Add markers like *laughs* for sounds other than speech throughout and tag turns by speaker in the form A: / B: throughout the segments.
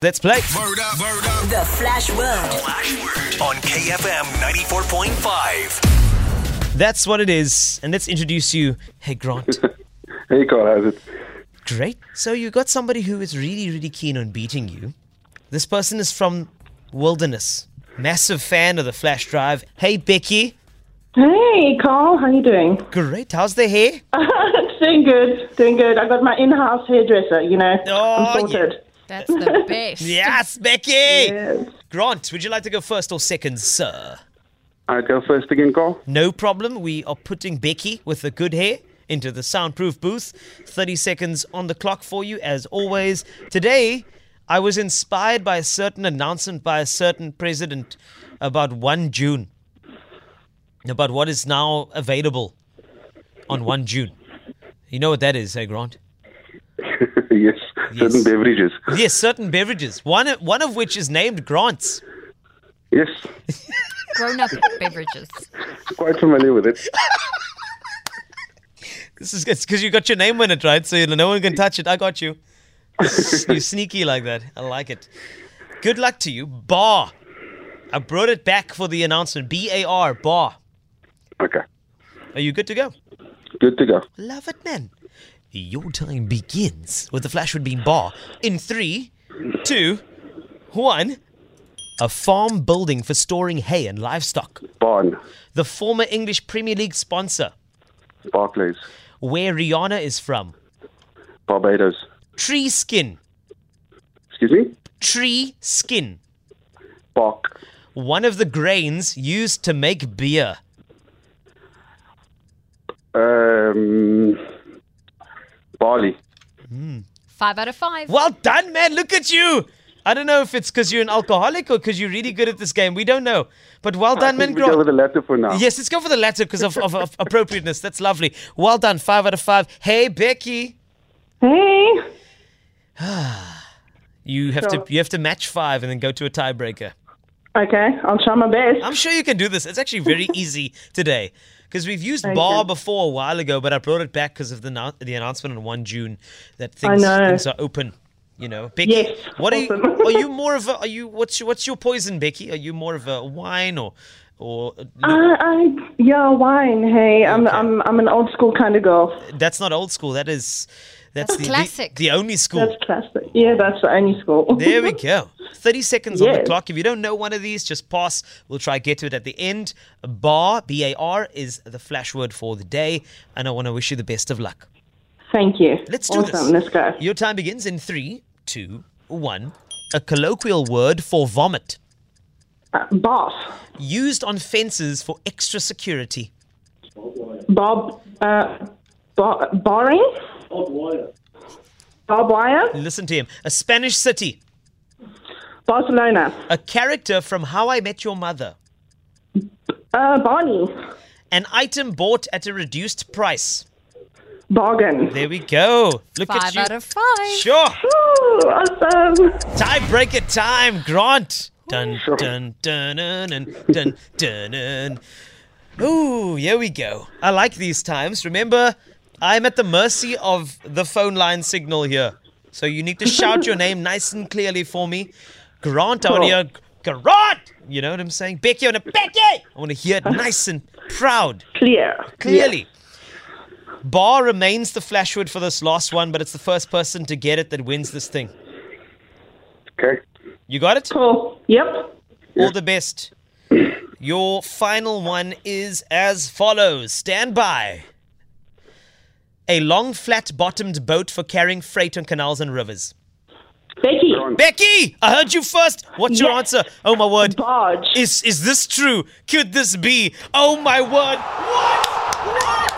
A: Let's play.
B: Word up, word up.
C: The Flash World.
B: Flash word on KFM 94.5.
A: That's what it is. And let's introduce you. Hey, Grant.
D: *laughs* Hey Carl, how's it?
A: Great. So you got somebody who is really, really keen on beating you. This person is from Wilderness. Massive fan of the flash drive. Hey, Becky.
E: Hey, Carl, how you doing? *laughs*
A: Great. How's the hair?
E: doing good, doing good. I got my in-house hairdresser, you know.
A: Oh,
E: I'm sorted.
F: That's the best.
A: Yes, Becky.
E: Yes.
A: Grant, would you like to go first or second, sir?
D: I go first again, Carl.
A: No problem. We are putting Becky with the good hair into the soundproof booth. 30 seconds on the clock for you, as always. Today, I was inspired by a certain announcement by a certain president about 1 June, about what is now available on 1 June. You know what that is, hey, Grant?
D: *laughs* yes, certain beverages.
A: Yes, certain beverages, one, one of which is named Grant's.
D: Yes,
F: Grown up beverages.
D: quite familiar with it.
A: This is because you got your name on it, right? So no one can touch it. I got you. you sneaky like that. I like it. Good luck to you, Bar. I brought it back for the announcement. B A R Bar.
D: Okay,
A: Are you good to go?
D: good to go.
A: Love it, man. Your time begins with the Flashwood Bean Bar in three, two, one. A farm building for storing hay and livestock.
D: Barn,
A: The former English Premier League sponsor,
D: Barclays,
A: where Rihanna is from.
D: Barbados.
A: Tree skin.
D: Excuse me.
A: Tree skin.
D: Bark,
A: one of the grains used to make beer.
D: um, barley.
F: Five out of five.
A: Well done, man. Look at you. I don't know if it's because you're an alcoholic or because you're really good at this game. We don't know. But well done, man.
D: we go
A: Grant.
D: with the latter for now.
A: Yes, let's go for the latter because of, of, of appropriateness. That's lovely. Well done. Five out of five. Hey, Becky.
E: Hey,
A: You have
E: Sure.
A: to you have to match five and then go to a tiebreaker.
E: okay, I'll try my best.
A: I'm sure you can do this. It's actually
E: *laughs*
A: very easy today because we've used bar before a while ago, but I brought it back because of the annou- the announcement on one June that things
E: know.
A: things are open. You know, Becky.
E: Yes,
A: What are
E: awesome.
A: you? Are
E: *laughs*
A: you more of a? Are you what's your, what's your poison, Becky? Are you more of a wine or or
E: I, I, yeah, wine. Hey, I'm, I'm, I'm an old school kind of girl.
A: that's not old school. That is that's, the, the-
F: classic.
A: The, only school.
E: That's classic. Yeah, that's the only school.
A: There
E: *laughs*
A: we go. 30 seconds on the
E: Yes.
A: clock. If you don't know one of these, just pass. We'll try get to it at the end. Bar, B A R, is the flash word for the day. And I want to wish you the best of luck.
E: Thank you.
A: Let's do
E: awesome.
A: this.
E: Let's go.
A: Your time begins in three, two, one. A colloquial word for vomit,
E: Uh, Bath,
A: used on fences for extra security.
E: Bob, uh, bar, barring, barbed wire,
A: Listen to him. A Spanish city.
E: Barcelona,
A: A character from How I Met Your Mother.
E: uh, Barney,
A: An item bought at a reduced price.
E: bargain.
A: There we go. Look at
F: Five
A: you.
F: out of five.
A: sure.
E: Ooh, awesome.
A: Tiebreaker time, Grant. Dun dun dun dun dun dun dun. dun. Ooh, here we go. I like these times. Remember, I'm at the mercy of the phone line signal here, so you need to shout your name nice and clearly for me, Grant. I want to hear Grant. You know what I'm saying, Becky? I want to Becky. I want to hear it nice and proud,
E: Clear.
A: clearly. Bar remains the flashwood for this last one, but it's the first person to get it that wins this thing.
D: Okay.
A: You got it?
E: Cool. Yep.
A: All the best. Your final one is as follows. Stand by. A long, flat bottomed boat for carrying freight on canals and rivers.
E: Becky.
A: Becky, I heard you first. What's your
E: Yes.
A: answer? Oh my word.
E: Barge.
A: Is is this true? Could this be? Oh my word. What? What?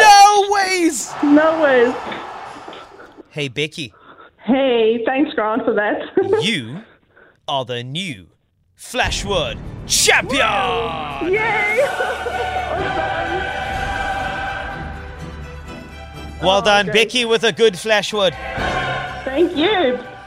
A: No ways.
E: no worries.
A: Hey Becky,
E: Hey, thanks, Grant, for that. *laughs*
A: you are the new Flash Word champion.
E: Yay!
A: Well done,
E: great.
A: Becky, with a good flash word.
E: Thank you.